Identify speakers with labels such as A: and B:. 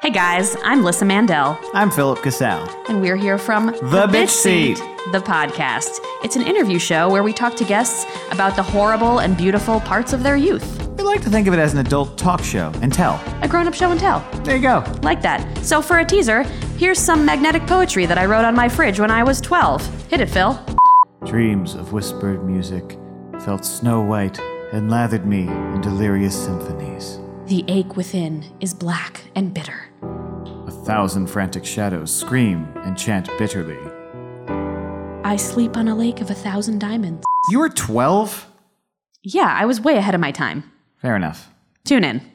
A: Hey guys, I'm Lissa Mandel,
B: I'm Philip Cassell.
A: and we're here from The,
B: Bitch Seat.
A: the podcast. It's an interview show where we talk to guests about the horrible and beautiful parts of their youth.
B: We like to think of it as an adult talk show and tell.
A: A grown up show and tell.
B: There you go.
A: Like that. So, for a teaser, here's some magnetic poetry that I wrote on my fridge when I was 12. Hit it, Phil.
B: Dreams of whispered music felt snow white and lathered me in delirious symphonies.
A: The ache within is black and bitter.
B: A thousand frantic shadows scream and chant bitterly.
A: I sleep on a lake of a thousand diamonds.
B: You were 12?
A: Yeah, I was way ahead of my time.
B: Fair enough.
A: Tune in.